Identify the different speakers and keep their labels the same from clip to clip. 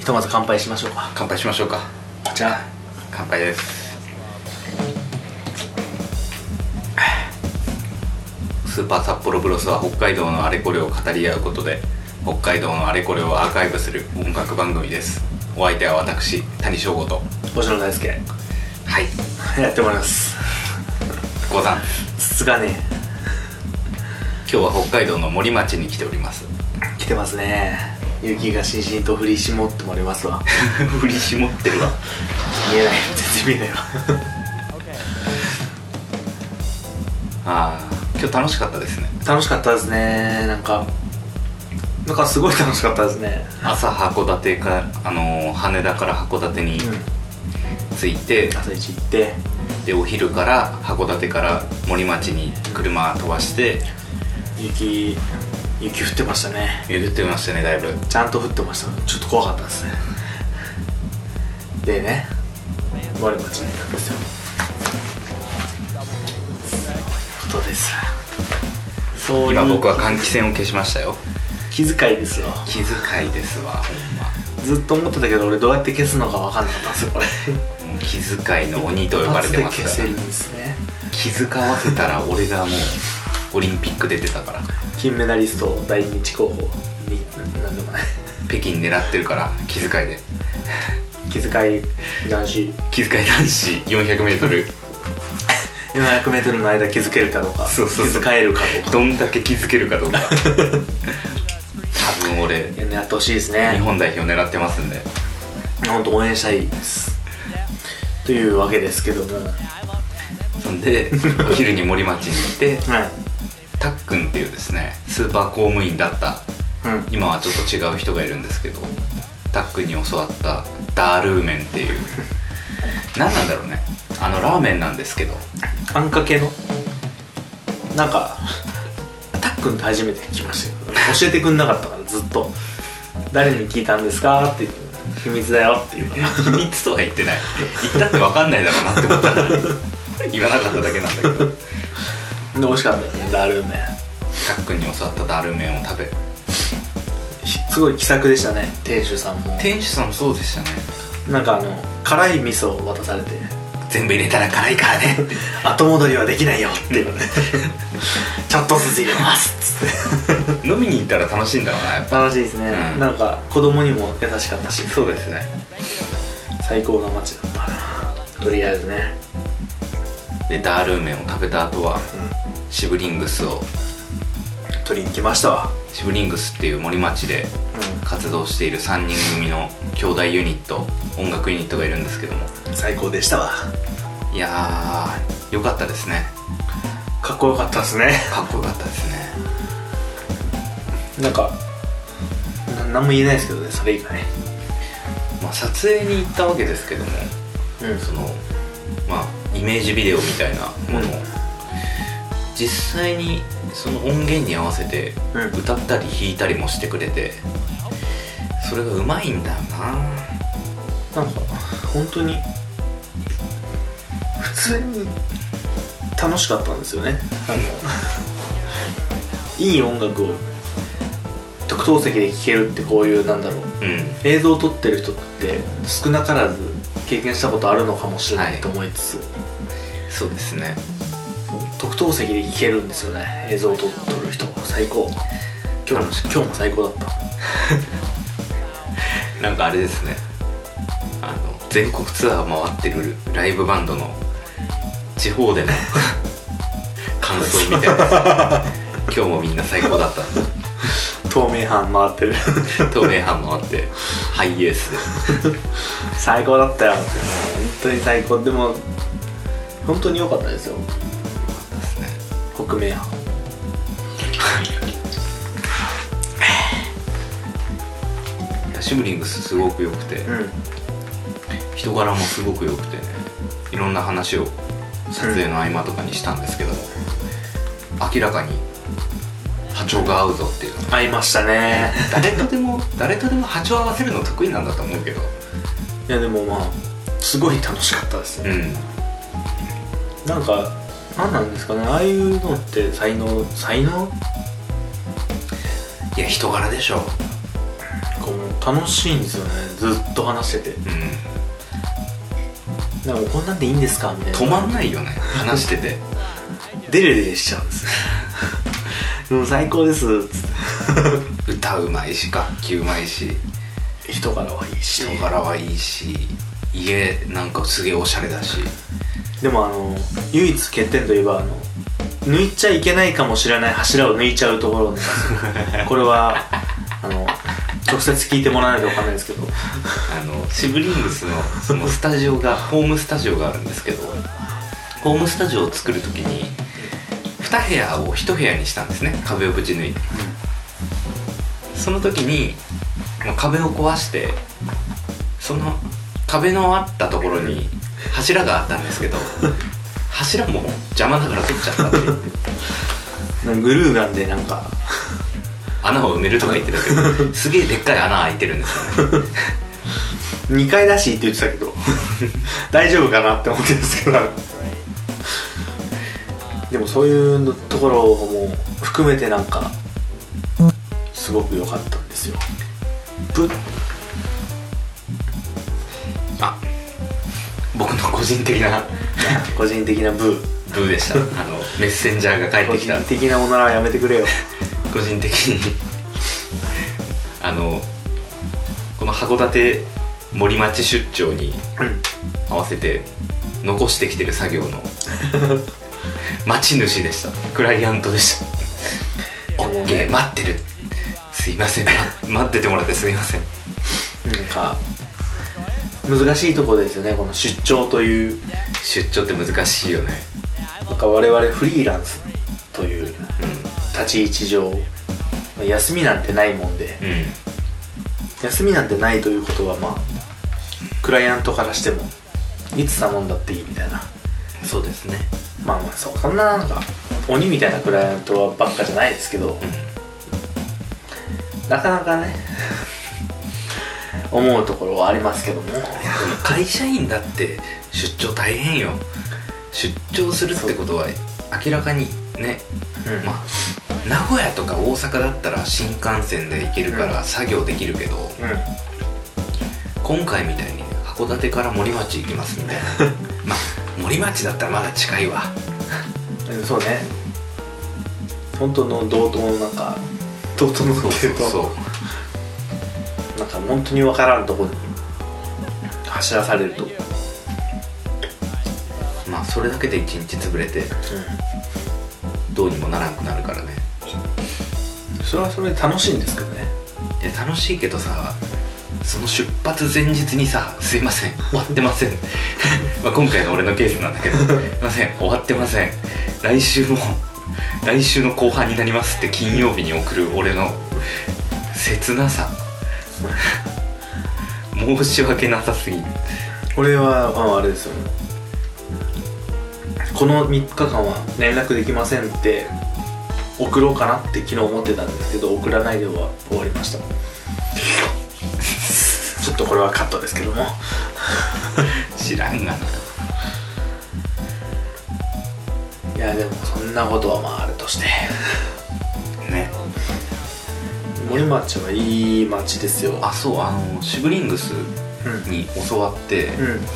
Speaker 1: ひとまず乾杯しましょうか
Speaker 2: 乾杯しましょうか
Speaker 1: じゃあ
Speaker 2: 乾杯ですスーパー札幌ブロスは北海道のあれこれを語り合うことで北海道のあれこれをアーカイブする音楽番組ですお相手は私谷翔吾と
Speaker 1: 星野大輔
Speaker 2: は い
Speaker 1: やってもらいます
Speaker 2: ござん
Speaker 1: つつがね
Speaker 2: 今日は北海道の森町に来ております
Speaker 1: 来てますね雪がしんしんと降りしもってもりますわ
Speaker 2: 振り絞ってるわ
Speaker 1: 見えない全然見えないわ
Speaker 2: あー今日楽しかったですね
Speaker 1: 楽しかったですねなんかなんかすごい楽しかったですね
Speaker 2: 朝函館かあのー羽田から函館に
Speaker 1: うん
Speaker 2: 着いて、
Speaker 1: 朝一行って
Speaker 2: でお昼から函館から森町に車飛ばして
Speaker 1: 雪雪降ってましたね
Speaker 2: 巡ってましたねだいぶ
Speaker 1: ちゃんと降ってましたちょっと怖かったですねでね我町にいたんですよことですそういう
Speaker 2: 今僕は換気扇を消しましたよ
Speaker 1: 気遣いですよ
Speaker 2: 気遣いですわほん
Speaker 1: ずっと思ってたけど俺どうやって消すのか分かんなかったんですよこれ
Speaker 2: まもう気遣いの鬼と呼ばれて
Speaker 1: 一
Speaker 2: ま
Speaker 1: 発
Speaker 2: す
Speaker 1: で消
Speaker 2: か
Speaker 1: せ
Speaker 2: ら
Speaker 1: るんですね
Speaker 2: 気遣わせたら俺がもうオリンピック出てたから
Speaker 1: 金メダリスト第二日候補に何でもない
Speaker 2: 北京狙ってるから気遣いで
Speaker 1: 気遣い男子
Speaker 2: 気遣い男子 400m
Speaker 1: 400m の間気づけるかどうか
Speaker 2: そうそうそう
Speaker 1: 気遣えるかどうか
Speaker 2: どんだけ気づけるかどうか多分俺
Speaker 1: いや狙ってほしいです
Speaker 2: 日
Speaker 1: ね
Speaker 2: 本代表狙ってますんで
Speaker 1: 本当応援したいですというわけですけどもはい
Speaker 2: そんでお昼に森町に行ってたっくんっていうですねスーパー公務員だった
Speaker 1: うん
Speaker 2: 今はちょっと違う人がいるんですけどたっくんに教わったダールーメンっていう何なんだろうねあのラーメンなんですけど
Speaker 1: あんかけのなんかたっくんって初めて聞きましたよ教えてくんなかったからずっと「誰に聞いたんですか?」っていう秘密だよっていうから
Speaker 2: 秘密とは言ってない言ったって分かんないだろうなって思ったら言わなかっただけなんだけど
Speaker 1: で美味しかったよねダルーメン
Speaker 2: たっくんに教わったダールーメンを食べ
Speaker 1: ひすごい気さくでしたね店主さんも
Speaker 2: 店主さんもそうでしたね
Speaker 1: なんかあの辛い味噌を渡されて
Speaker 2: 全部入れたら辛いからねって
Speaker 1: 後戻りはできないよっていうねちょっとずつ入れますっつって
Speaker 2: 飲みに行ったら楽しいんだろうなやっぱ
Speaker 1: 楽しいですね、
Speaker 2: うん
Speaker 1: なんか子供にも優しかったし
Speaker 2: そうですね
Speaker 1: 最高の街だったとりあえずね
Speaker 2: でダールーメンを食べた後は、シブリングスを
Speaker 1: 取りに来ましたわ
Speaker 2: シブリングスっていう森町で
Speaker 1: う
Speaker 2: 活動している3人組の兄弟ユニット音楽ユニットがいるんですけども
Speaker 1: ん最高でしたわ
Speaker 2: いやーよかったですね
Speaker 1: かっこよかったですね
Speaker 2: かっこよかったですね
Speaker 1: なんかな何も言えないですけどねそれ以外
Speaker 2: まあ撮影に行ったわけですけども
Speaker 1: うん
Speaker 2: そのまあイメージビデオみたいなものを、
Speaker 1: うん
Speaker 2: 実際にその音源に合わせて
Speaker 1: うん
Speaker 2: 歌ったり弾いたりもしてくれてそれがうまいんだよな
Speaker 1: なんか本当に普通に楽しかったんですよねあのいい音楽を特等席で聴けるってこういうなんだろう
Speaker 2: うん
Speaker 1: 映像を撮ってる人って少なからず経験したことあるのかもしれないと思いつつ、
Speaker 2: そうですね
Speaker 1: 特等席で聴けるんですよね映像を撮撮る人最高今日も
Speaker 2: 楽しかった
Speaker 1: 今日も最高だった
Speaker 2: なんかあれですねあの全国ツアー回ってるライブバンドの地方での感想みたいな今日もみんな最高だった
Speaker 1: 透明版回ってる
Speaker 2: 透明版回ってハイエースで
Speaker 1: 最高だったよ本当に最高でも本当に良かったですよ
Speaker 2: ですね
Speaker 1: 北名版
Speaker 2: いやシムリングスすごく良くて
Speaker 1: うん
Speaker 2: 人柄もすごく良くてねいろんな話を撮影の合間とかにしたんですけども明らかに波長が合うぞっていうの
Speaker 1: 合いました ね
Speaker 2: 誰とでも誰とでも波長合わせるの得意なんだと思うけど
Speaker 1: いやでもまあすごい楽しかったです
Speaker 2: う
Speaker 1: ね、
Speaker 2: ん
Speaker 1: なんか何なんですかねああいうのって才能才能
Speaker 2: いや人柄でしょ
Speaker 1: この楽しいんですよねずっと話してて
Speaker 2: うん
Speaker 1: なんかこんなんでいいんですかみたいな
Speaker 2: 止まん ないよね話してて
Speaker 1: デレデレしちゃうんですよもう最高 ですっつっ
Speaker 2: 歌うまいし楽器うまいして
Speaker 1: 人柄はいいし
Speaker 2: 人柄はいいし家なんかすげえおしゃれだし
Speaker 1: でもあの唯一欠点といえばあの抜いちゃいけないかもしれない柱を抜いちゃうところ なんですよこれはあの直接聞いてもらわないと分かんないですけど
Speaker 2: あのシブリングスのそのスタジオがホームスタジオがあるんですけどホームスタジオを作る時に2部屋を1部屋にしたんですね壁をぶち抜いて、その時にまあ壁を壊してその壁のあったところに柱があったんですけど柱も邪魔だから取っちゃったっていう
Speaker 1: なんかグルーガンでなんか
Speaker 2: 穴を埋めるとか言ってたけどすげえでっかい穴開いてるんですよね
Speaker 1: 2階だしって言ってたけど 大丈夫かなって思ってるんですけどでもそういうところも含めてなんかすごく良かったんですよぶ
Speaker 2: あ僕の個人的な
Speaker 1: 個人的なブー
Speaker 2: ブーでしたあのメッセンジャーが帰っ
Speaker 1: 個
Speaker 2: てき
Speaker 1: 人
Speaker 2: た
Speaker 1: 的なものはやめてくれよ
Speaker 2: 個人的にあのこの函館森町出張に合わせて残してきてる作業 の町主でしたクライアントでした OK 待ってるすいませんま待っててもらってすいません
Speaker 1: なんか難しいところですよねこの出張という
Speaker 2: 出張って難しいよね
Speaker 1: なんか我々フリーランスという
Speaker 2: う
Speaker 1: 立ち位置上休みなんてないもんで
Speaker 2: んうん
Speaker 1: 休みなんてないということはまあクライアントからしてもいつ頼んだっていいみたいな
Speaker 2: そうですね
Speaker 1: まあまあそうそんななんか鬼みたいなクライアントはばっかじゃないですけどなかなかね 思うところはありますけども
Speaker 2: でも会社員だって出張大変よ出張するってことは明らかにね、
Speaker 1: うん
Speaker 2: まあ名古屋とか大阪だったら新幹線で行けるから作業できるけど、
Speaker 1: う
Speaker 2: 今回みたいに函館から森町行きますみたい なまあ森町だったらまだ近いわ
Speaker 1: んうんそうね本当の同等のなんか同等の
Speaker 2: そう
Speaker 1: って
Speaker 2: そ
Speaker 1: いううと
Speaker 2: そう
Speaker 1: なんか本当に分からんとこに走らされると、うん、
Speaker 2: まあそれだけで一日潰れてどうにもならなくなるからね
Speaker 1: それはそれで楽しいんですけどね
Speaker 2: いや楽しいけどさその出発前日にさ「すいません終わってません」 まあ今回の俺のケースなんだけど「すいません終わってません来週も来週の後半になります」って金曜日に送る俺の切なさ 申し訳なさすぎる
Speaker 1: 俺はああれですよねこの3日間は連絡できませんって送ろうかなって昨日思ってたんですけど送らないで終わ終わりました ちょっとこれはカットですけども
Speaker 2: 知らんがない
Speaker 1: やでもそんなことはまああるとして
Speaker 2: ね
Speaker 1: 森町はいい町ですよ
Speaker 2: あそうあのシブリングス
Speaker 1: うん
Speaker 2: に教わって、
Speaker 1: うん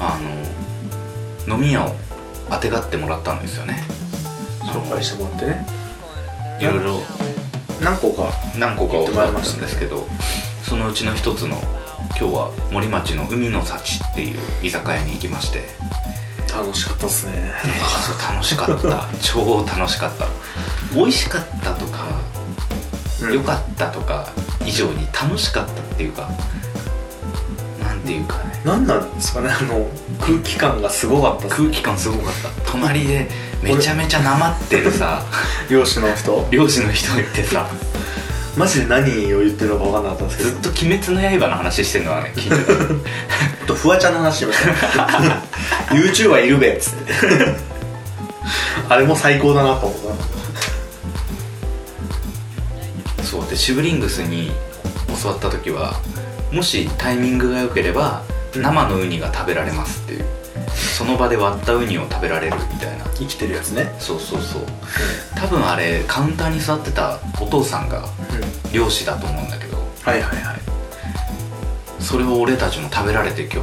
Speaker 2: あの飲み屋をあてがってもらったんですよね
Speaker 1: 紹介してもらってね
Speaker 2: いろいろ
Speaker 1: 何個か
Speaker 2: 何個か教わったんですけどそのうちの一つの今日は森町の海の幸っていう居酒屋に行きまして
Speaker 1: 楽しかったっすね
Speaker 2: あそう楽しかった超楽しかった美味しかったとか良
Speaker 1: っ
Speaker 2: かったとか以上に楽しかったっていうかなんていうかね
Speaker 1: た何なんですかねあの空気感がすごかったっす
Speaker 2: 空気感すごかった隣でめちゃめちゃなまってるさ
Speaker 1: 漁師の人
Speaker 2: 漁師の人がいてさ
Speaker 1: マジで何を言ってるのか分かんなかったんですけど
Speaker 2: ずっと「鬼滅の刃」の話してるのはね聞いてた
Speaker 1: ちょっとフワちゃんの話しました YouTuber いるべっつってあれも最高だなと思った
Speaker 2: そうでシブリングスに教わった時はもしタイミングが良ければ生のウニが食べられますっていうその場で割ったウニを食べられるみたいな
Speaker 1: 生きてるやつね
Speaker 2: そうそうそう多分あれカウンターに座ってたお父さんが漁師だと思うんだけど
Speaker 1: はいはいはい
Speaker 2: それを俺たちも食べられて今日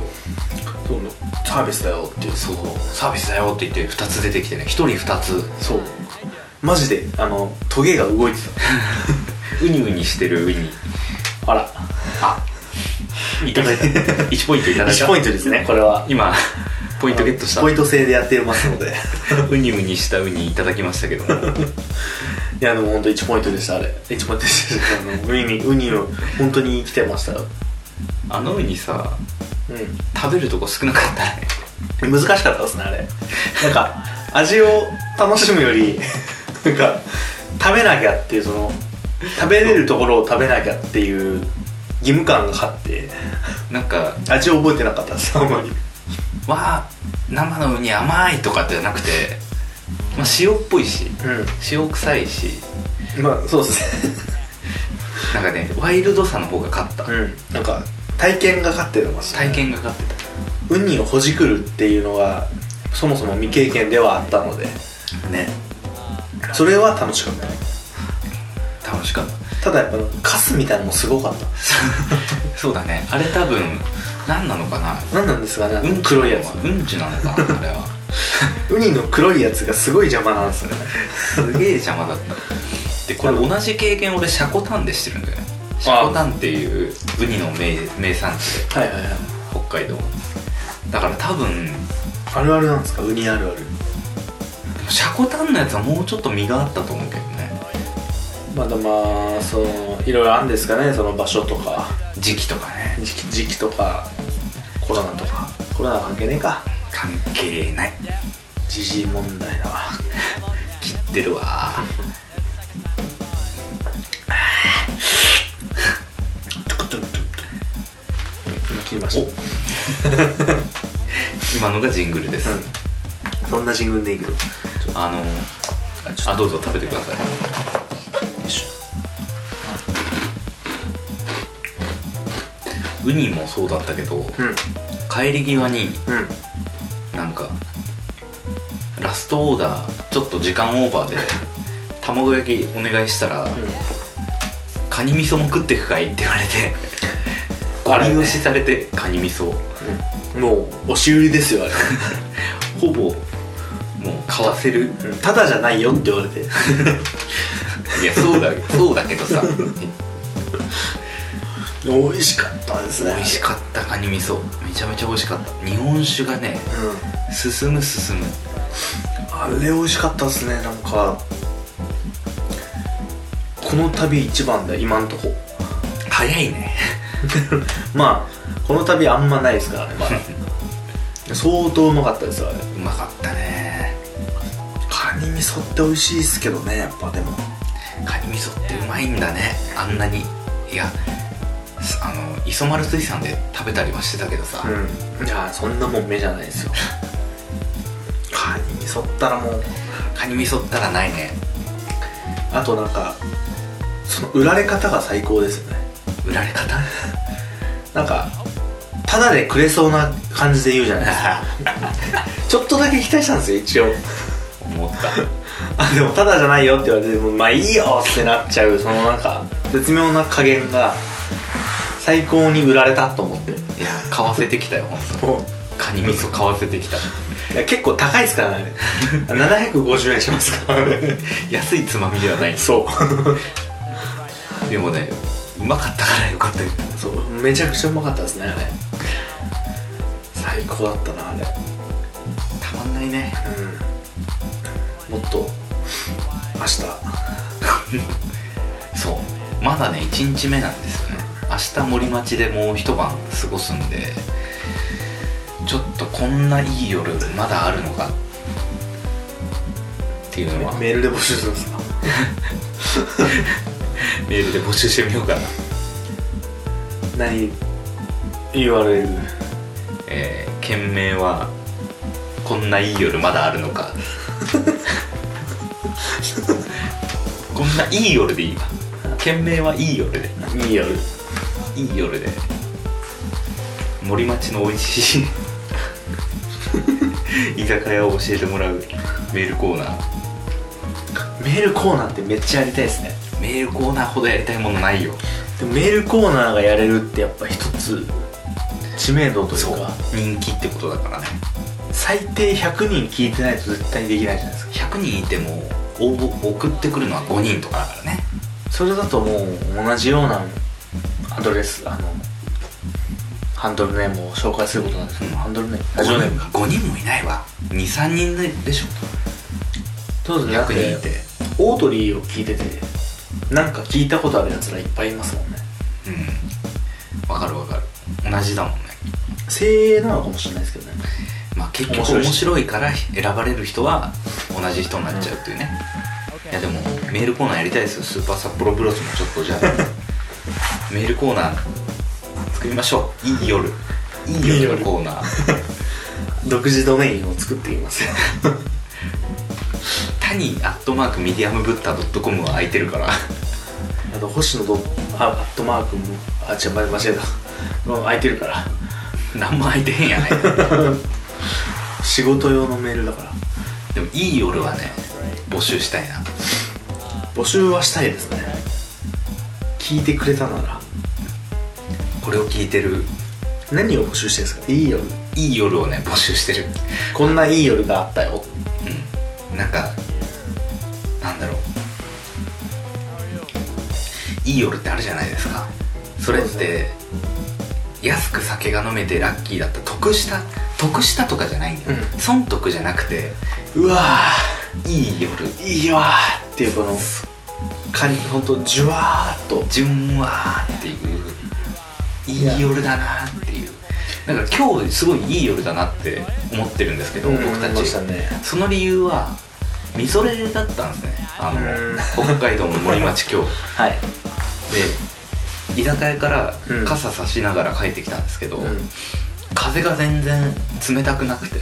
Speaker 1: そうねサービスだよっていう
Speaker 2: そうサービスだよって言って2つ出てきてね1人2つ
Speaker 1: そうマジであのトゲが動いて
Speaker 2: ウニウニしてるウニ
Speaker 1: たあら
Speaker 2: あいただいた1ポイン トいただいた
Speaker 1: 1ポイントですねこれは
Speaker 2: 今ポイントゲットした
Speaker 1: ポイント制でやってますので
Speaker 2: ウニウニしたウニいただきましたけども
Speaker 1: いやでも本当1ポイントでしたあれ1ポイントでしたあのウニウニを本当に生きてましたよ
Speaker 2: あのウニさ
Speaker 1: う
Speaker 2: 食べるとこ少なかったね
Speaker 1: ん難しかったですねあれなんか味を楽しむよりなんか食べなきゃっていうその食べれるところを食べなきゃっていう義務感が勝って
Speaker 2: なんか
Speaker 1: 味を覚えてなかったですあんまり
Speaker 2: わあ生のウニ甘いとかってじゃなくて、まあ、塩っぽいし塩臭いし
Speaker 1: うんまあそうですね
Speaker 2: なんかねワイルドさの方が勝った、
Speaker 1: うんなんか体験が勝ってるのがすごい
Speaker 2: 体験が勝って
Speaker 1: ウニをほじくるっていうのがそもそも未経験ではあったので
Speaker 2: たね
Speaker 1: それは楽しかった
Speaker 2: 楽しかった
Speaker 1: だやっぱカスみたいなのもすごかった
Speaker 2: そうだねあれ多分何なのかな
Speaker 1: たなんなんですかね、
Speaker 2: うん
Speaker 1: 黒いやつ
Speaker 2: うんちなのかなあれは
Speaker 1: ウニの黒いやつがすごい邪魔なんですよね
Speaker 2: すげえ邪魔だったでこれ同じ経験俺シャコタンでしてるんだよねシャコタンっていうウニの名名産地で
Speaker 1: はいはいはい
Speaker 2: 北海道だから多分
Speaker 1: あるあるなんですかウニあるある
Speaker 2: シャコタンのやつはもうちょっと身があったと思うけどね
Speaker 1: まだまあそのいろいろあるんですかねその場所とか
Speaker 2: 時期とかね
Speaker 1: 時期時期とかコロナとかコロナは関係ねえか
Speaker 2: 関係ない
Speaker 1: 時事問題だわ
Speaker 2: 切ってるわ
Speaker 1: 今切りました
Speaker 2: 今のがジングルです、
Speaker 1: うんそんなジングルでいいけど
Speaker 2: あのあどうぞ食べてくださいウニもそうだったけど、
Speaker 1: うんうん
Speaker 2: 帰り際になんかラストオーダーちょっと時間オーバーで卵焼きお願いしたら、カニ味噌も食ってくかいって言われて
Speaker 1: あ
Speaker 2: ご
Speaker 1: れね
Speaker 2: 利用しされてカニ味噌
Speaker 1: うんもう押し売りですよあれ
Speaker 2: ほぼもう買わせる
Speaker 1: ただじゃないよって言われて
Speaker 2: いやそうだそうだけどさ
Speaker 1: 美味しかったですね
Speaker 2: 美味しかったカニ味噌めちゃめちゃ美味しかった日本酒がね
Speaker 1: う
Speaker 2: 進む進む
Speaker 1: んあれ美味しかったですねなんかこの旅一番だ今んとこ
Speaker 2: 早いね
Speaker 1: まあこの旅あんまないですからねまだ 相当うまかったですよあれ
Speaker 2: うまかったね
Speaker 1: カニ味噌って美味しいですけどねやっぱでも
Speaker 2: カニ味噌ってうまいんだねあんなにいやすあの磯丸水産で食べたりはしてたけどさ、
Speaker 1: うんいやそんなもん目じゃないですよ カニ味噌ったらもう
Speaker 2: カニ味噌ったらないね
Speaker 1: あとなんかその売られ方が最高ですよね
Speaker 2: 売られ方
Speaker 1: なんかただでくれそうな感じで言うじゃないです かちょっとだけ期待したんですよ一応
Speaker 2: 思った
Speaker 1: あでもただじゃないよって言われてもうまあいいよってなっちゃうそのなんか絶妙な加減が最高に売られたと思って
Speaker 2: いや買わせてきたよ本当カニ味噌買わせてきた
Speaker 1: いや結構高いですから ねあれ750円しますからね
Speaker 2: 安いつまみではない
Speaker 1: そう
Speaker 2: でもねうまかったからよかったよ
Speaker 1: そうめちゃくちゃうまかったですねあれ最高だったなあれ
Speaker 2: たまんないね
Speaker 1: うんもっと明日
Speaker 2: そうまだね1日目なんですよね明日森町でもう一晩過ごすんでちょっとこんないい夜まだあるのかっていうのはメ
Speaker 1: メールで募集するんですか
Speaker 2: ールで募集してみようかな
Speaker 1: 何 URL
Speaker 2: えー、件名は「こんないい夜まだあるの か」こんないい夜でいいわ件名はいい夜で
Speaker 1: いいよ
Speaker 2: いい夜で森町の美味し い居酒屋を教えてもらうメールコーナー
Speaker 1: メールコーナーってめっちゃやりたいですね
Speaker 2: メールコーナーほどやりたいものないよ
Speaker 1: でもメールコーナーがやれるってやっぱ一つ知名度とい
Speaker 2: そう
Speaker 1: うか
Speaker 2: 人気ってことだからね
Speaker 1: 最低100人聞いてないと絶対にできないじゃないですか
Speaker 2: 100人いても応募送ってくるのは5人とかだからね
Speaker 1: それだともう同じようなアドレスあのハンドルネームを紹介することなんですけど、
Speaker 2: うん
Speaker 1: ハンドルネームラジオネームか
Speaker 2: 5人もいないわ23人ででしょ
Speaker 1: そうですねだっ
Speaker 2: 100人い
Speaker 1: て
Speaker 2: て
Speaker 1: オードリーを聞いててなんか聞いたことあるやつらいっぱいいますもんね
Speaker 2: うんわかるわかる同じだもんね
Speaker 1: 精鋭なのかもしれないですけどね
Speaker 2: まあ結局面白いから選ばれる人は同じ人になっちゃうっていうね、いやでもメールコーナーやりたいですよスーパーサッポロブロスもちょっ とじゃあメールコーナー作りましょういい夜いい
Speaker 1: いい
Speaker 2: 夜
Speaker 1: 夜
Speaker 2: のコーナー
Speaker 1: 独自ドメインを作っています
Speaker 2: タニーアットマークミディアムブッタドットコムは空いてるから
Speaker 1: あと星野ドあアットマークもあ違う間違えたもう空いてるから
Speaker 2: 何も空いてへんや ない
Speaker 1: 仕事用のメールだから
Speaker 2: でもいい夜はね募集したいな
Speaker 1: 募集はしたいですね聞いてくれたなら
Speaker 2: これを聞いてる
Speaker 1: 何を募集してるんですかいい夜
Speaker 2: いい夜をね募集してる
Speaker 1: こんないい夜があったよ
Speaker 2: うんなんかなんだろういい夜ってあるじゃないですかそれっ
Speaker 1: そうで
Speaker 2: て安く酒が飲めてラッキーだった得した得したとかじゃないんだよ、
Speaker 1: う
Speaker 2: 損得じゃなくて
Speaker 1: うわ
Speaker 2: いい夜
Speaker 1: ーいいわーっていうこのかにほんとじゅわーっと
Speaker 2: じゅんわーっていういい夜だなーっていうだから今日すごいいい夜だなって思ってるんですけど、僕た
Speaker 1: 思いまし
Speaker 2: ち
Speaker 1: たね
Speaker 2: その理由はみぞれだったんですねあの
Speaker 1: うん
Speaker 2: 北海道の森町京
Speaker 1: はい、
Speaker 2: で居酒屋から
Speaker 1: うん
Speaker 2: 傘差しながら帰ってきたんですけど、
Speaker 1: うん
Speaker 2: 風が全然冷たくなくて、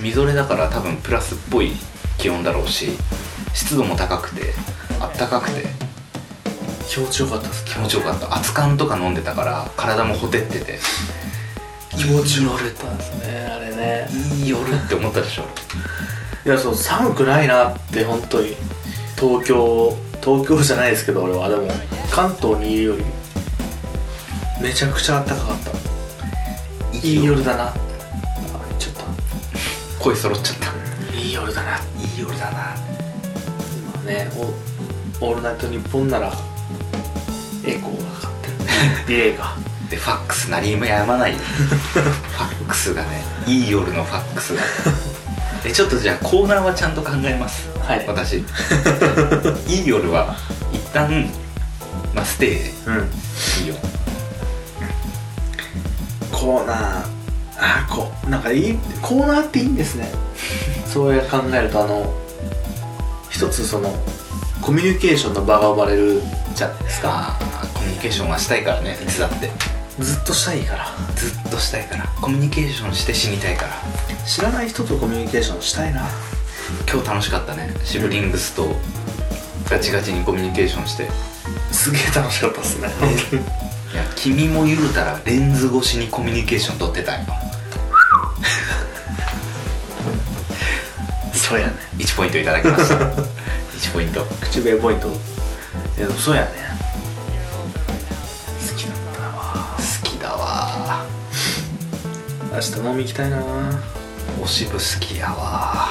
Speaker 2: みぞれだから多分プラスっぽい気温だろうし湿度も高くてあったかくて
Speaker 1: 気持ちよかったです
Speaker 2: 気持ちよかった熱燗とか飲んでたから体もほてってて
Speaker 1: 気持ちよかったですねあれね
Speaker 2: いい夜って思ったでしょ
Speaker 1: いやそう寒くないなって本当に東京東京じゃないですけど俺はでも関東にいるよりめちゃくちゃ暖かかったいい夜だなあちょっ
Speaker 2: 声揃っちゃった
Speaker 1: といい夜だない
Speaker 2: い夜だな
Speaker 1: まあねお「オールナイトニッポン」ならエコーがかか ってるディレイが
Speaker 2: でファックス何もやまないファックスがねいい夜のファックスがえちょっとじゃあコーナーはちゃんと考えます
Speaker 1: はい
Speaker 2: 私いい夜は一旦まあステイで
Speaker 1: うん
Speaker 2: いいよ
Speaker 1: コーナーあーこなんかいいコーナーっていいんです ねそうや考えるとあの一つそのコミュニケーションの場が生まれるじゃないですか
Speaker 2: まあコミュニケーションはしたいからねいつだって
Speaker 1: ずっとしたいから
Speaker 2: ずっとしたいからコミュニケーションして死にたいから
Speaker 1: 知らない人とコミュニケーションしたいな
Speaker 2: 今日楽しかったねシブリングスとガチガチにコミュニケーションしてい
Speaker 1: すげえ楽しかった ですね
Speaker 2: や君も言うたらレンズ越しにコミュニケーション取ってたよ
Speaker 1: そうやね
Speaker 2: 1ポイントいただきました1ポイント
Speaker 1: 口笛ポイントいやでもそうやね好きだったわ
Speaker 2: 好きだわ
Speaker 1: 明日飲み行きたいな
Speaker 2: おしぶ好きやわ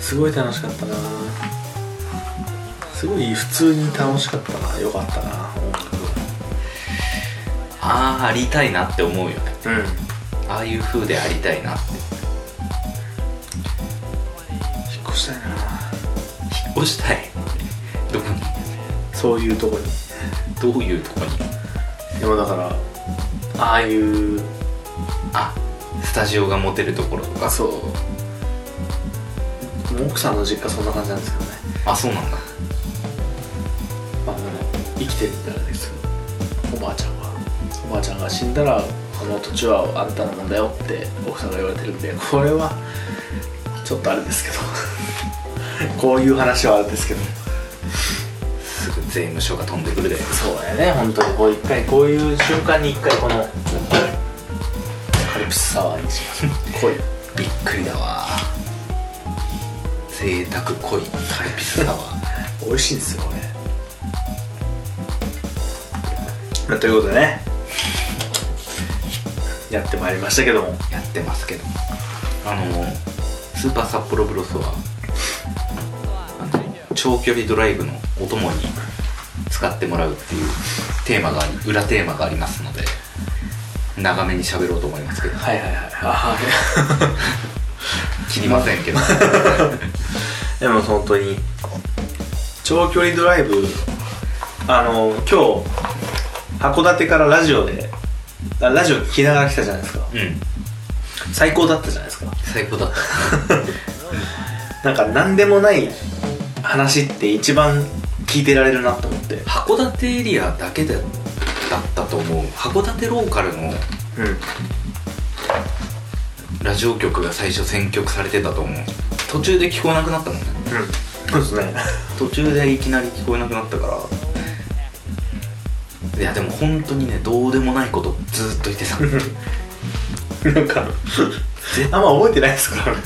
Speaker 1: すごい楽しかったなすごい普通に楽しかったなよかったな音楽
Speaker 2: ああありたいなって思うよね
Speaker 1: うん
Speaker 2: ああいう風でありたいなって
Speaker 1: 引っ越したいな
Speaker 2: 引っ越したいどこに
Speaker 1: そういうとこに
Speaker 2: どういうとこに
Speaker 1: でもだからああいう
Speaker 2: あスタジオが持てるところとか
Speaker 1: そうもう奥さんの実家そんな感じなんですけどね
Speaker 2: あそうなんだ
Speaker 1: まあ、生きてるんだらですおばあちゃんはおばあちゃんが死んだらこの土地はあんたのもんだよって奥さんが言われてるんでこれはちょっとあれですけどこういう話はあれですけど
Speaker 2: すぐ税務署が飛んでくるで
Speaker 1: そうだよね本当にこう一回こういう瞬間に一回このカルピスサワーにします濃い
Speaker 2: びっくりだわ贅沢濃いカルピスサワー
Speaker 1: 美味しいんですよこれまあということでねやってまいりましたけども
Speaker 2: やってますけどあのスーパー札幌ブロスはあの長距離ドライブのお供に使ってもらうっていうテーマがあり裏テーマがありますので長めに喋ろうと思いますけど
Speaker 1: はいはいはいあー
Speaker 2: 切りません けど
Speaker 1: でも本当に長距離ドライブあの今日函館からラジオであラジオ聞きながら来たじゃないですか
Speaker 2: うん
Speaker 1: 最高だったじゃないですか
Speaker 2: 最高だった
Speaker 1: なんか何でもない話って一番聞いてられるなと思って
Speaker 2: 函館エリアだけでだったと思う函館ローカルの
Speaker 1: うん
Speaker 2: ラジオ局が最初選曲されてたと思う途中で聞こえなくなったもんね
Speaker 1: そうですね
Speaker 2: 途中でいきなり聞こえなくなったからいやでも本当にねどうでもないことずっと言って た
Speaker 1: なんかあんま覚えてないですからね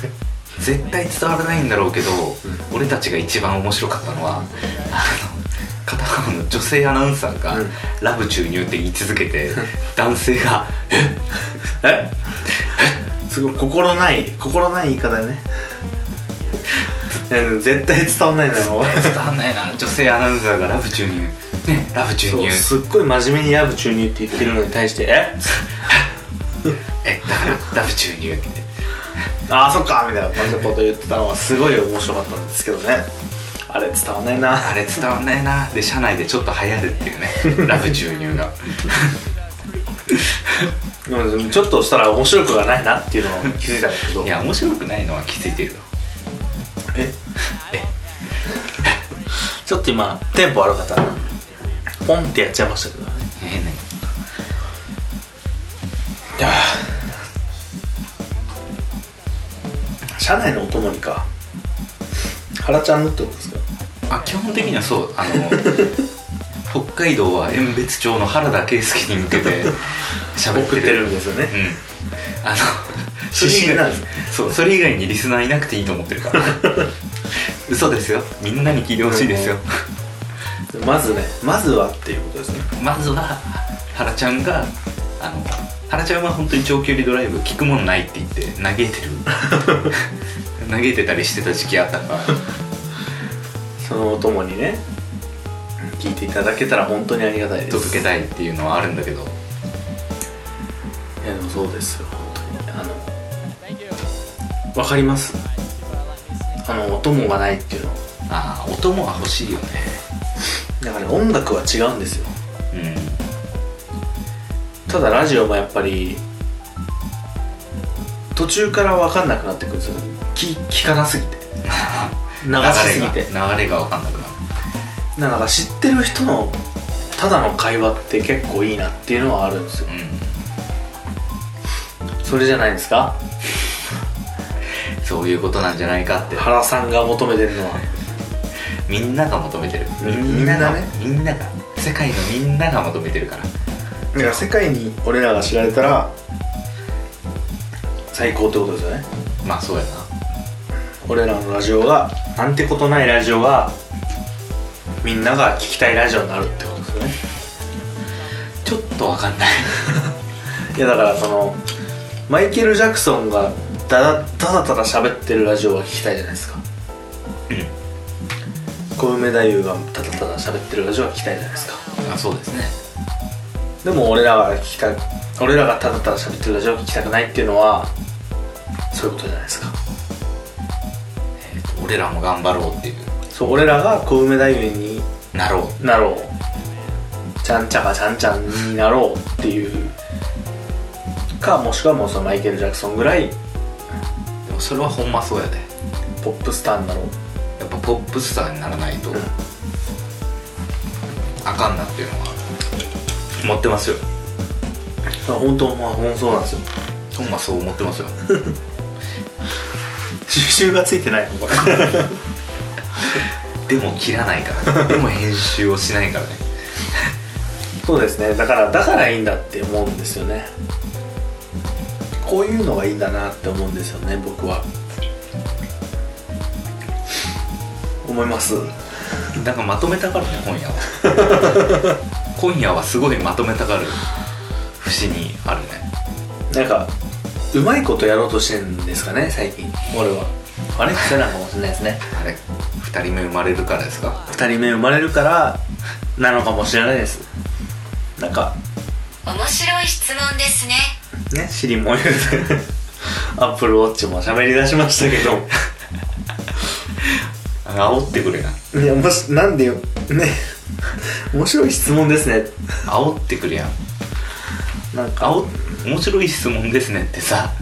Speaker 2: 絶対伝わらないんだろうけど、俺たちが一番面白かったのはあの片方の女性アナウンサーが
Speaker 1: うん
Speaker 2: 「ラブ注入」って言い続けて男性が「え
Speaker 1: えすごい心ない心ない言い方だねいやでも絶対伝わんないなもう
Speaker 2: 伝わんないな女性アナウンサーがラブ注入ねラブ注
Speaker 1: そ
Speaker 2: 入
Speaker 1: うすっごい真面目にラブ注入って言ってるのに対して「え
Speaker 2: えだからラブ注入って
Speaker 1: ああそっか」みたいな感じのこと言ってたのはすごい面白かったんですけどねあれ伝わんないな
Speaker 2: あれ伝わんないなで社内でちょっと流行るっていうねラブ注入が
Speaker 1: でもちょっとしたら面白くがないなっていうのを気づいたんだけど
Speaker 2: いや面白くないのは気づいてるよ
Speaker 1: えちょっと今テンポ悪かったなポンってやっちゃいましたけどね
Speaker 2: えー、何
Speaker 1: いや社内のお供にか原ちゃんのってことですか
Speaker 2: あ基本的にはそうあ の北海道は遠別町の原田圭介に向けて喋って
Speaker 1: 送
Speaker 2: る
Speaker 1: ってるんですよね
Speaker 2: うん あの
Speaker 1: それ以外なんです
Speaker 2: そうそれ以外にリスナーいなくていいと思ってるから 嘘ですよみんなに聞いてほしいですよ
Speaker 1: まずねまずはっていうことですね
Speaker 2: まずは原ちゃんがあの原ちゃんは本当に長距離ドライブ聞くもんないって言って嘆い てる嘆いてたりしてた時期あったから
Speaker 1: そのお供にね聞いていただけたら本当にありがた いです
Speaker 2: 届けたいっていうのはあるんだけど
Speaker 1: いやでもそうですよ本当にあのわかりますあのお供がないっていうの
Speaker 2: ああ音もは欲しいよね
Speaker 1: だからね音楽は違うんですよ
Speaker 2: うん
Speaker 1: ただラジオもやっぱり途中から分かんなくなってくるんですよ聞聞かなすぎて流しすぎて
Speaker 2: 流れが流れが分かんなくなる
Speaker 1: なんか知ってる人のただの会話って結構いいなっていうのはあるんですよ
Speaker 2: う
Speaker 1: それじゃないですか
Speaker 2: んそういうことなんじゃないかって
Speaker 1: 原さんが求めてるのは
Speaker 2: みんなが求めてる
Speaker 1: うん
Speaker 2: が
Speaker 1: みんなね
Speaker 2: みんなが世界のみんなが求めてるから
Speaker 1: いや世界に俺らが知られたら最高ってことですよね
Speaker 2: まあそうや
Speaker 1: 俺らのラジオがなんてことないラジオがみんなが聞きたいラジオになるってことですよね
Speaker 2: なちょっと分かんない
Speaker 1: いやだからそのマイケル・ジャクソンがだだただただ喋ってるラジオは聞きたいじゃないですか小梅太夫がただただ喋ってるラジオは聞きたいじゃないですか
Speaker 2: あそうですね
Speaker 1: でも俺らが聞きたい俺らがただただ喋ってるラジオは聞きたくないっていうのはそういうことじゃないですか
Speaker 2: えーと俺らも頑張ろうっていう
Speaker 1: そう俺らが小梅太夫に
Speaker 2: なろう
Speaker 1: なろうちゃんちゃかちゃんちゃんになろうっていうかもしくはもうそのマイケル・ジャクソンぐらい
Speaker 2: でもそれはほんまそうやで
Speaker 1: ポップスターになろう
Speaker 2: やっぱポップスターにならないと
Speaker 1: ん
Speaker 2: あかんなっていうのは思ってますよ
Speaker 1: まあ本当まあ本当そうなんですよ
Speaker 2: ほんまそう思ってますよ
Speaker 1: 収集がついてないのこれ
Speaker 2: でも切らないから でも編集をしないからね
Speaker 1: そうですねだからだからいいんだって思うんですよねこういうのがいいんだなって思うんですよね僕は思います
Speaker 2: なんかまとめたからね本屋は今夜はすごいまとめたがる節にあるね
Speaker 1: なんかうまいことやろうとしてんですかね最近俺はあれ癖なんかもしれないですね
Speaker 2: あれ2人目生まれるからですか
Speaker 1: 2人目生まれるからなのかもしれないですなんか
Speaker 3: 面白い質問ですね
Speaker 1: ねシリも言うてアップルウォッチも喋り出しましたけど
Speaker 2: あ煽ってくれや
Speaker 1: いやもしなんでよね面白い質問ですね
Speaker 2: 煽ってくれや
Speaker 1: なんか
Speaker 2: 煽面白い質問ですねって さ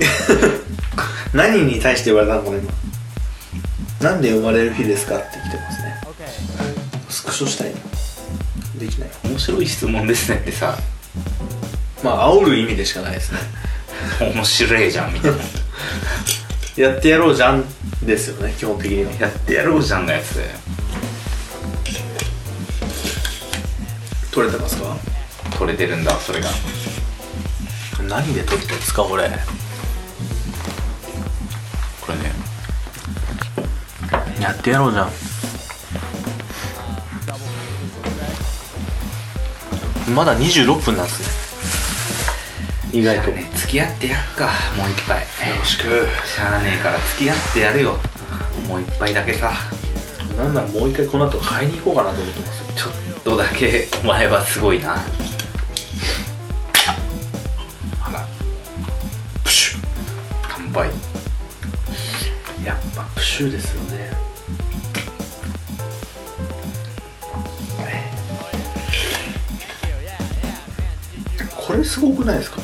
Speaker 1: 何に対して言われたのかな今なんで生まれる日ですかって来てますねスクショしたいなできない
Speaker 2: 面白い質問ですねってさ
Speaker 1: まあ煽る意味でしかないですね
Speaker 2: 面白いじゃんみたいな
Speaker 1: やってやろうじゃんですよね基本的には
Speaker 2: やってやろうじゃんのやつだよ
Speaker 1: 取れてますか
Speaker 2: 取れてるんだそれが
Speaker 1: 何で取ってんですかこれ
Speaker 2: これね
Speaker 1: やってやろうじゃんまだ26分なんですね意外と
Speaker 2: ね付き合ってやるかもう一杯し
Speaker 1: く
Speaker 2: ゃあねえから付き合ってやるよもう一杯だけさ
Speaker 1: なんならもう一回この後買いに行こうかなと思ってます
Speaker 2: ちょっとだけお前はすごいなあら
Speaker 1: プシュ
Speaker 2: 乾杯
Speaker 1: やっぱプシュですよねこれすごくないですか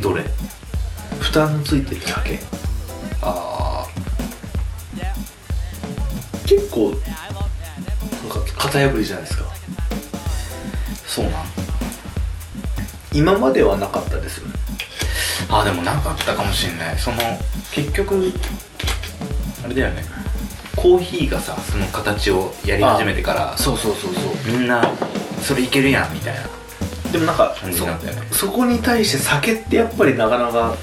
Speaker 2: どれ
Speaker 1: 蓋のついてるだけ
Speaker 2: あ
Speaker 1: 結構なんか型破りじゃないですか
Speaker 2: あそうなん
Speaker 1: 今まではなかったですよね
Speaker 2: あーでもなかったかもしれないその結局あれだよねコーヒーがさその形をやり始めてから
Speaker 1: そうそうそうそう
Speaker 2: みんなそれいけるやんみたいな
Speaker 1: でもなんか
Speaker 2: 感じなんだよね
Speaker 1: そこに対して酒ってやっぱりなかなか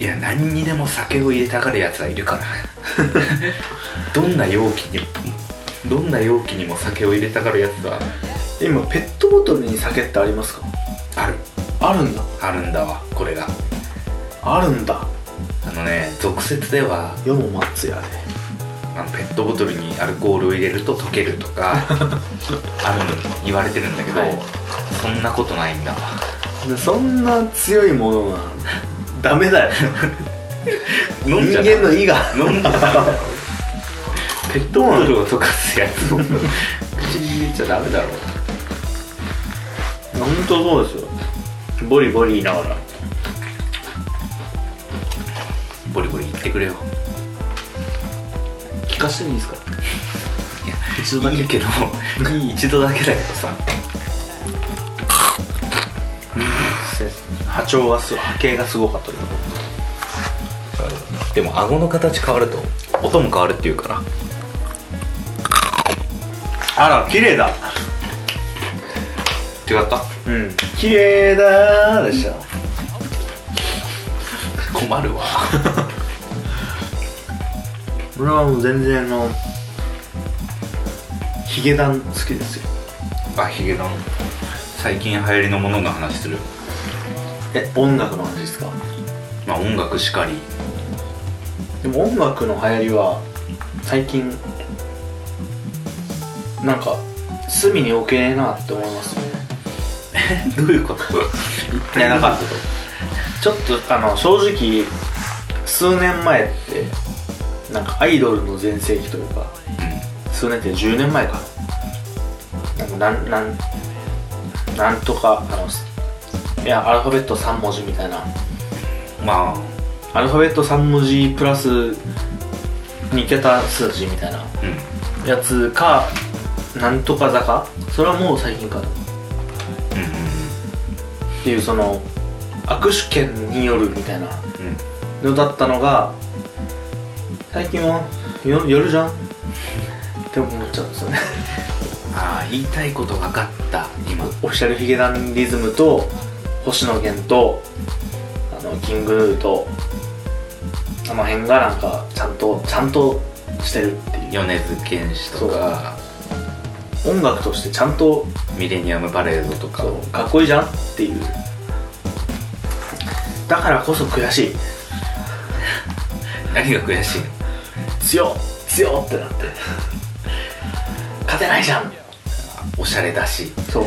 Speaker 2: いや何にでも酒を入れたがるやつはいるからどんな容器にどんな容器にも酒を入れたがるやつは
Speaker 1: 今ペットボトルに酒ってありますか
Speaker 2: ある
Speaker 1: あるんだ
Speaker 2: あるんだわこれが
Speaker 1: あるんだ
Speaker 2: あのね俗説では
Speaker 1: 世も松屋で
Speaker 2: あのペットボトルにアルコールを入れると溶けるとかある言われてるんだけど、
Speaker 1: はい
Speaker 2: そんなことないんだわ
Speaker 1: でそんな強いものはダメだよ
Speaker 2: 飲
Speaker 1: 人
Speaker 2: んじ
Speaker 1: 間
Speaker 2: ゃ
Speaker 1: の
Speaker 2: ダメ
Speaker 1: 胃が
Speaker 2: 飲んじゃダメだろペットボトルを溶かすやつを口に入れちゃダメだろ
Speaker 1: 本当そうですよボリボリ言いながら
Speaker 2: ボリボリ言ってくれよ
Speaker 1: 聞かせていいですか
Speaker 2: いや
Speaker 1: 一度だけ
Speaker 2: いいけどいい一度だけだけどさ
Speaker 1: 波長がす波形がすごかったけど
Speaker 2: でも顎の形変わると音も変わるっていうから
Speaker 1: あら綺麗だ
Speaker 2: 違った
Speaker 1: うん綺麗だーでした
Speaker 2: 困るわ
Speaker 1: 俺はもう全然あのヒゲダン好きですよ
Speaker 2: あヒゲの最近流行りのものの話する
Speaker 1: え音楽の話ですか
Speaker 2: まあ音楽しかり
Speaker 1: でも音楽の流行りは最近なんか隅に置けねえなって思いますね
Speaker 2: どういうこと
Speaker 1: いやなんかちょっとあの正直数年前ってなんかアイドルの全盛期というか数年って10年前かなんかなんなんなんとかあのいやアルファベット3文字みたいな
Speaker 2: まあ
Speaker 1: アルファベット3文字プラス2桁数字みたいな
Speaker 2: う
Speaker 1: やつかなんとか坂それはもう最近か
Speaker 2: んうん
Speaker 1: っていうその握手券によるみたいな
Speaker 2: うんうん
Speaker 1: のだったのが最近はよ夜じゃんって思っちゃうんですよね
Speaker 2: ああ言いたいこと分かった今
Speaker 1: オフィシャルヒゲダンリズムと星野源とあのキングヌーとあの辺がなんかちゃんとちゃんとしてるっていう
Speaker 2: 米津玄師とか
Speaker 1: 音楽としてちゃんと
Speaker 2: ミレニアムパレードとか
Speaker 1: そうかっこいいじゃんっていうだからこそ悔しい
Speaker 2: 何が悔しいの
Speaker 1: 強っ強っってなって 勝てないじゃん
Speaker 2: おしゃれだし
Speaker 1: そ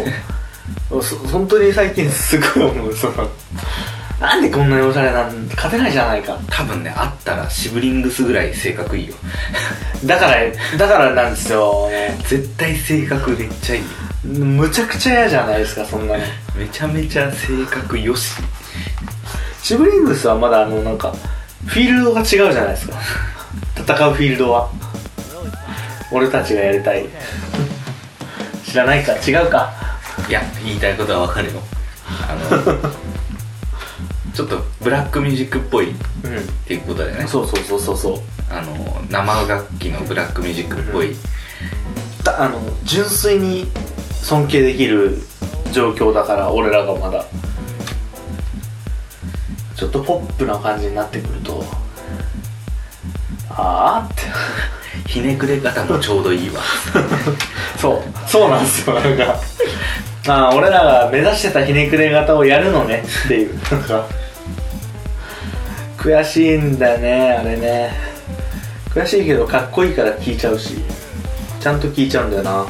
Speaker 1: うそ本当に最近すごい思うそのなんでこんなにおしゃれなん勝てないじゃないか
Speaker 2: 多分ねあったらシブリングスぐらい性格いいよ
Speaker 1: だからだからなんですよ
Speaker 2: 絶対性格めっちゃいいよ
Speaker 1: むちゃくちゃ嫌じゃないですかそんなの
Speaker 2: めちゃめちゃ性格よし
Speaker 1: シブリングスはまだあのなんかフィールドが違うじゃないですか戦うフィールドは俺たちがやりたい知らないか違うか
Speaker 2: いや言いたいことはわかるよあのちょっとブラックミュージックっぽいっ
Speaker 1: う
Speaker 2: ていうことだよね
Speaker 1: んそうそうそうそうそう
Speaker 2: あの生楽器のブラックミュージックっぽい、
Speaker 1: だあの純粋に尊敬できる状況だから俺らがまだちょっとポップな感じになってくるとああっ
Speaker 2: ひねくれ方もちょうどいいわ
Speaker 1: てそうそうなんですよなんかああ俺らが目指してたひねくれ型をやるのねっていうなんか悔しいんだよねあれね悔しいけどかっこいいから聴いちゃうしちゃんと聴いちゃうんだよな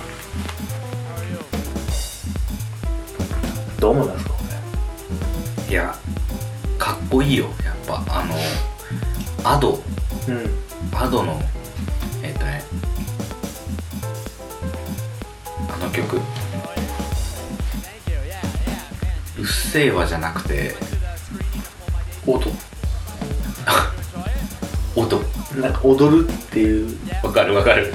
Speaker 1: どう思いますかこ
Speaker 2: いやかっこいいよやっぱあのアド
Speaker 1: れうん
Speaker 2: アドのえっとねあの曲「うっせぇわ」じゃなくて
Speaker 1: 音
Speaker 2: 音
Speaker 1: なんか踊るっていう
Speaker 2: わかるわかる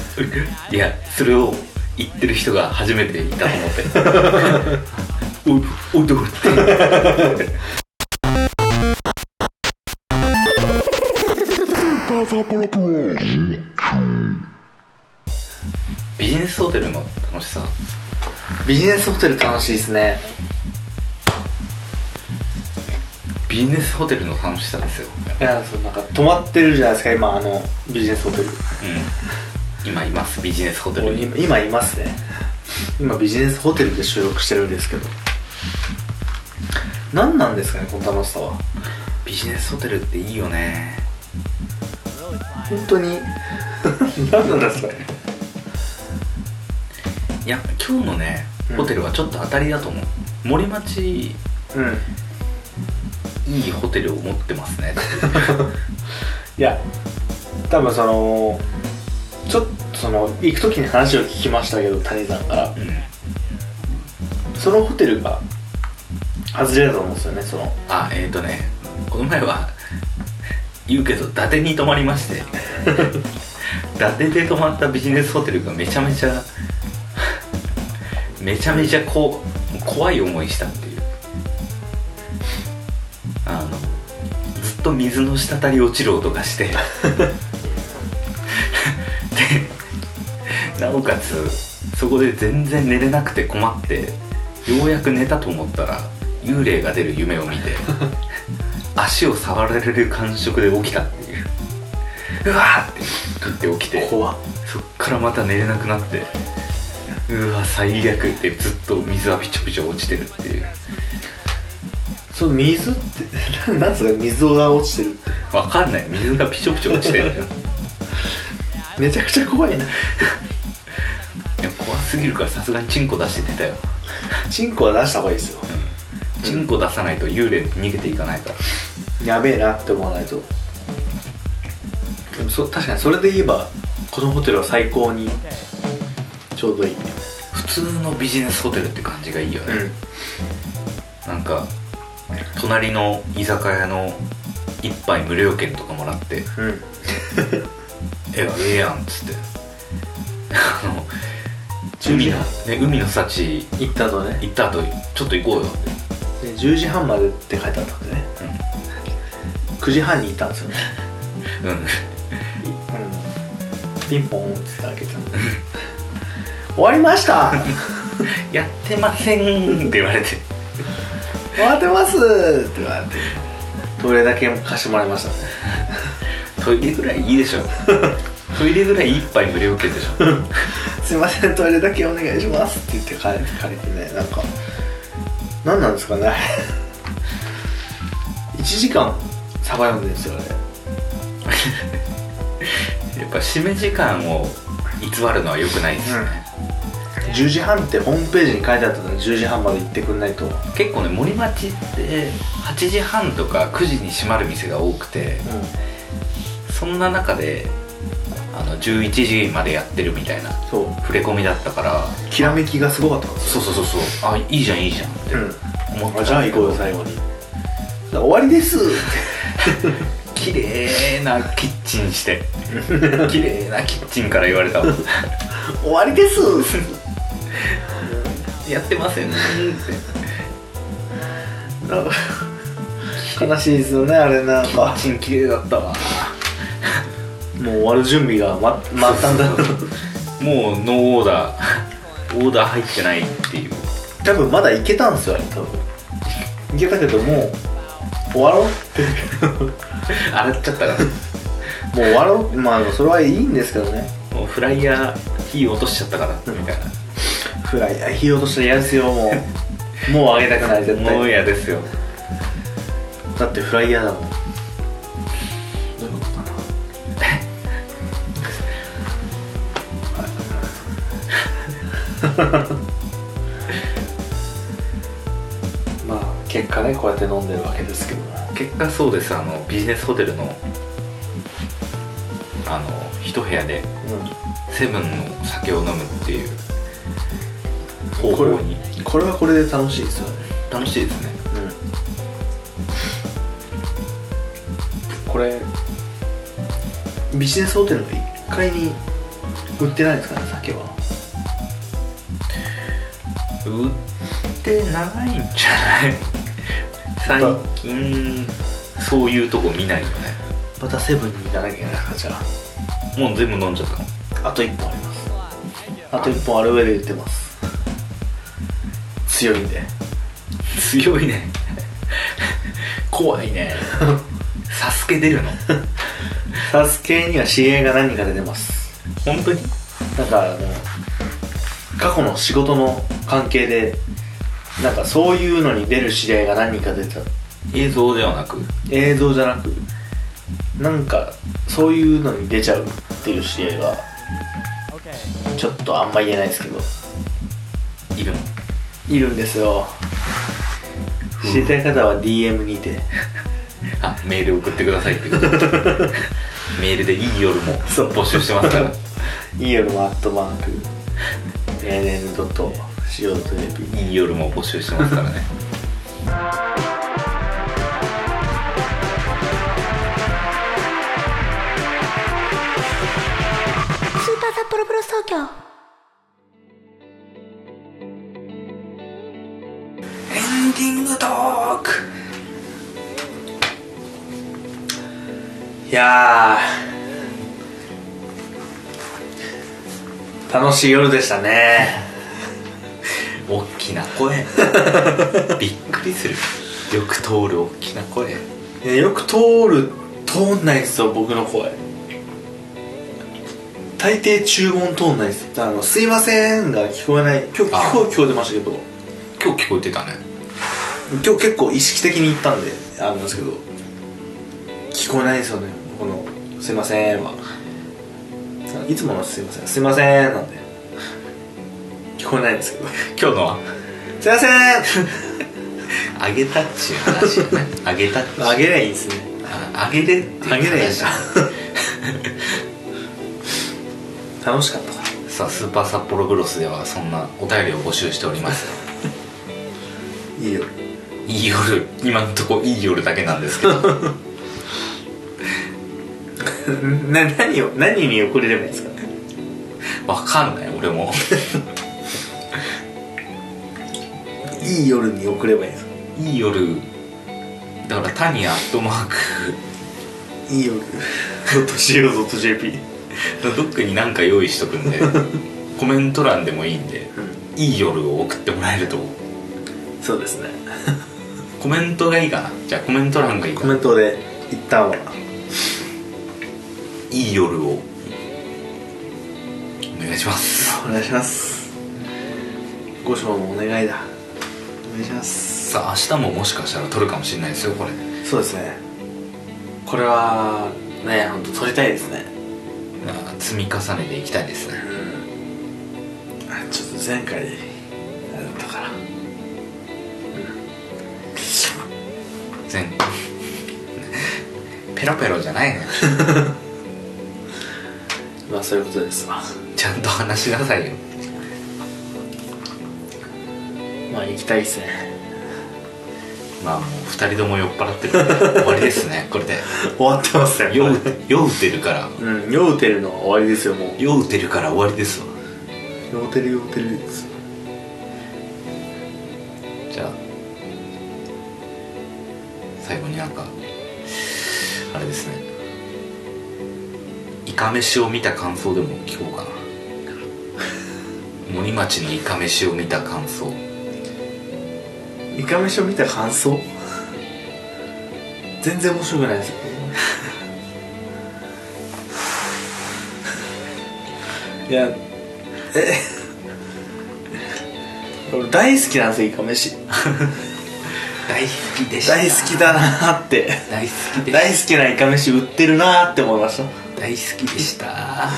Speaker 2: いやそれを言ってる人が初めていたと思って おおどうってビジネスホテルの楽しさ
Speaker 1: ビジネスホテル楽しいですね
Speaker 2: ビジネスホテルの楽しさですよ、
Speaker 1: いやそうなんか泊まってるじゃないですか今あのビジネスホテル
Speaker 2: うん、今いますビジネスホテ
Speaker 1: も
Speaker 2: ル
Speaker 1: う
Speaker 2: に
Speaker 1: 今今いますね今ビジネスホテルで収録してるんですけど何なんですかねこの楽しさは
Speaker 2: ビジネスホテルっていいよね
Speaker 1: 本当に 何なんですかね
Speaker 2: いや今日のね
Speaker 1: うん
Speaker 2: ホテルはちょっと当たりだと思う森町
Speaker 1: うん
Speaker 2: いいホテルを持ってますね
Speaker 1: いや多分そのちょっとその行く時に話を聞きましたけど谷さんから
Speaker 2: うん
Speaker 1: そのホテルが外れだと思うんですよねその
Speaker 2: あえっ、ー、とねこの前は言うけど伊達に泊まりまして伊達で泊まったビジネスホテルがめちゃめちゃめちゃめちゃこう怖い思いしたっていうあのずっと水の滴り落ちる音がしてでなおかつそこで全然寝れなくて困ってようやく寝たと思ったら幽霊が出る夢を見て足を触られる感触で起きたっていううわーって言って起きて
Speaker 1: 怖っ
Speaker 2: そっからまた寝れなくなってうわ最悪ってずっと水はびちょびちょ落ちてるっていう
Speaker 1: その水って ななんつうか水が落ちてるって
Speaker 2: わかんない水がびちょびちょ落ちてるんだよ
Speaker 1: めちゃくちゃ怖いない
Speaker 2: や怖すぎるからさすがにチンコ出して寝たよ
Speaker 1: チンコは出した方がいいですよ
Speaker 2: チンコ出さないと幽霊逃げていかないから
Speaker 1: やべえなって思わないとでもそ確かにそれで言えばこのホテルは最高にちょうどいい
Speaker 2: 普通のビジネスホテルって感じがいいよね、なんか隣の居酒屋の一杯無料券とかもらって
Speaker 1: うんうん
Speaker 2: 「ええやん」っつってあの
Speaker 1: 10
Speaker 2: 海
Speaker 1: 時
Speaker 2: の、
Speaker 1: 半
Speaker 2: ね、海の幸
Speaker 1: 行った後ね
Speaker 2: 行った後ちょっと行こうよって
Speaker 1: で10時半までって書いてあったんでね、9時半に行ったんですよね、
Speaker 2: うん
Speaker 1: ピンポンって開けた終わりました
Speaker 2: やってませんって言われて
Speaker 1: 終わってますって言われてトイレだけ貸してもらいましたね
Speaker 2: トイレぐらいいいでしょトイレぐらい一杯無料券でしょ
Speaker 1: すいませんトイレだけお願いしますって言って帰って帰ってねなんか何なんですかね1時間サバ読んでるんですよあれ
Speaker 2: やっぱ締め時間を偽るのは良くないですよね、
Speaker 1: 10時半ってホームページに書いてあったのに10時半まで行ってくんないと、うん、
Speaker 2: 結構ね森町って8時半とか9時に閉まる店が多くてそんな中であの11時までやってるみたいな
Speaker 1: そう
Speaker 2: 触れ込みだったから
Speaker 1: きらめきがすごかったんです
Speaker 2: そうそうそうそうあいいじゃんいいじゃんって
Speaker 1: よ、
Speaker 2: 思っ
Speaker 1: うん、
Speaker 2: て
Speaker 1: あじゃあ行こうよ最後に終わり です
Speaker 2: 綺麗なキッチンして綺麗なキッチンから言わ れたもん
Speaker 1: 終わり です
Speaker 2: やってませんねって
Speaker 1: なんか悲しいですよねあれなん
Speaker 2: キッ
Speaker 1: か
Speaker 2: チン綺麗だったわ
Speaker 1: もう終わる準備がままったんだ
Speaker 2: そうそうそうもうノーオーダーオーダー入ってないっていう
Speaker 1: 多分まだ行けたんですよあれ多分行けたけどもう終わろう って
Speaker 2: 洗っちゃったから
Speaker 1: もう終わろうまあそれはいいんですけどね
Speaker 2: もうフライヤー火落としちゃったからみたいな
Speaker 1: フライヤー火落としたら嫌ですよもう もうあげたくない絶
Speaker 2: もう
Speaker 1: 対
Speaker 2: 嫌ですよ
Speaker 1: だってフライヤーだもんどういうことかな まあ結果ねこうやって飲んでるわけですけど
Speaker 2: 結果そうですあのビジネスホテルのあの一部屋でセブンの酒を飲むっていう方法に
Speaker 1: うん、これはこれで楽しいですよね
Speaker 2: 楽しいですね
Speaker 1: これビジネスホテルの1階に売ってないんですかね酒は
Speaker 2: 売って長いんじゃない最近そういうとこ見ないよね
Speaker 1: またセブンに行かなきゃいけないなじゃ
Speaker 2: もう全部飲んじゃったの
Speaker 1: ああと1本ありますあと1本ある上で売ってます強いんで
Speaker 2: 強いね怖い ねサスケ出るの
Speaker 1: サスケには知り合いが何人か出てます
Speaker 2: 本当に
Speaker 1: なんかあの過去の仕事の関係でなんかそういうのに出る知り合いが何人か出ちゃって
Speaker 2: 映像ではなく
Speaker 1: 映像じゃなくなんかそういうのに出ちゃうっていう知り合いがちょっとあんま言えないですけど
Speaker 2: いるの
Speaker 1: いるんですよ知りたい方は DM にて
Speaker 2: あメール送ってくださいってこと メールでいい夜も
Speaker 1: そう
Speaker 2: 募集してます から
Speaker 1: いいよマットマーク ANN.CO.JP
Speaker 2: いい夜も募集してますからね
Speaker 4: スーパー札幌プロス東京
Speaker 1: エンディングトークいやー楽しい夜でしたね
Speaker 2: 大きな 声びっくりするよく通る大きな声
Speaker 1: いやよく通る通んないんですよ僕の声大抵注文通んないですあの「すいません」が聞こえない今日
Speaker 2: あ
Speaker 1: 聞こえ聞こえてましたけど
Speaker 2: 今日聞こえてたね
Speaker 1: 今日結構意識的に行ったんであれなんですけど聞こえないですよねこの「すいません」はいつもの「すいません」「すいません」なんで聞こえないんですけど 「
Speaker 2: 今日のは
Speaker 1: すいません」
Speaker 2: あげたっちゅう話よねあげたっち
Speaker 1: あげりゃいいですね
Speaker 2: あげれっていう話
Speaker 1: あげりゃいいじゃん楽しかった
Speaker 2: さあスーパー札幌ブロスではそんなお便りを募集しております
Speaker 1: いいよ
Speaker 2: いい夜今んとこいい夜だけなんですけ ど
Speaker 1: な何を何に送れればいいんですか
Speaker 2: わかんない俺も
Speaker 1: いい夜に送ればいいんですか
Speaker 2: いい夜だからタニアットマーク
Speaker 1: いい夜 .co.jp
Speaker 2: のどっかに何か用意しとくん でコメント欄でもいいんで「いい夜」を送ってもらえると
Speaker 1: そうですね
Speaker 2: コメントがいいかなじゃあコメント欄がいい
Speaker 1: コ
Speaker 2: かな
Speaker 1: メントで一旦は
Speaker 2: 「いい夜」をお願いします
Speaker 1: お願いしますご賞もお願いだお願いします
Speaker 2: さあ明日ももしかしたら撮るかもしれないですよこれ
Speaker 1: そうですねこれはね本当撮りたいですね
Speaker 2: あ積み重ねていきたいですね
Speaker 1: あちょっと前回あれだったから
Speaker 2: 全ペロペロじゃないのよ
Speaker 1: まあそういうことですわ
Speaker 2: ちゃんと話しなさいよ
Speaker 1: まあ行きたいですね
Speaker 2: まあもう2人とも酔っ払ってるから終わりですねこれで
Speaker 1: 終わってますね
Speaker 2: 酔
Speaker 1: 酔
Speaker 2: う
Speaker 1: う
Speaker 2: 酔うてるから
Speaker 1: うん酔うてるのは終わりですよもう
Speaker 2: 酔うてるから終わりですわ
Speaker 1: 酔うてる酔うてるです
Speaker 2: じゃあ最後になんかあれですねいかめしを見た感想でも聞こうかな森町のいかめしを見た感想
Speaker 1: イカ飯を見た感想全然面白くないですよいやえ俺大好きなんですよイカ飯
Speaker 2: 大好きでした
Speaker 1: 大好きだなーって
Speaker 2: 大好きで
Speaker 1: 大好きなイカ飯売ってるなーって思いました
Speaker 2: 大好きでした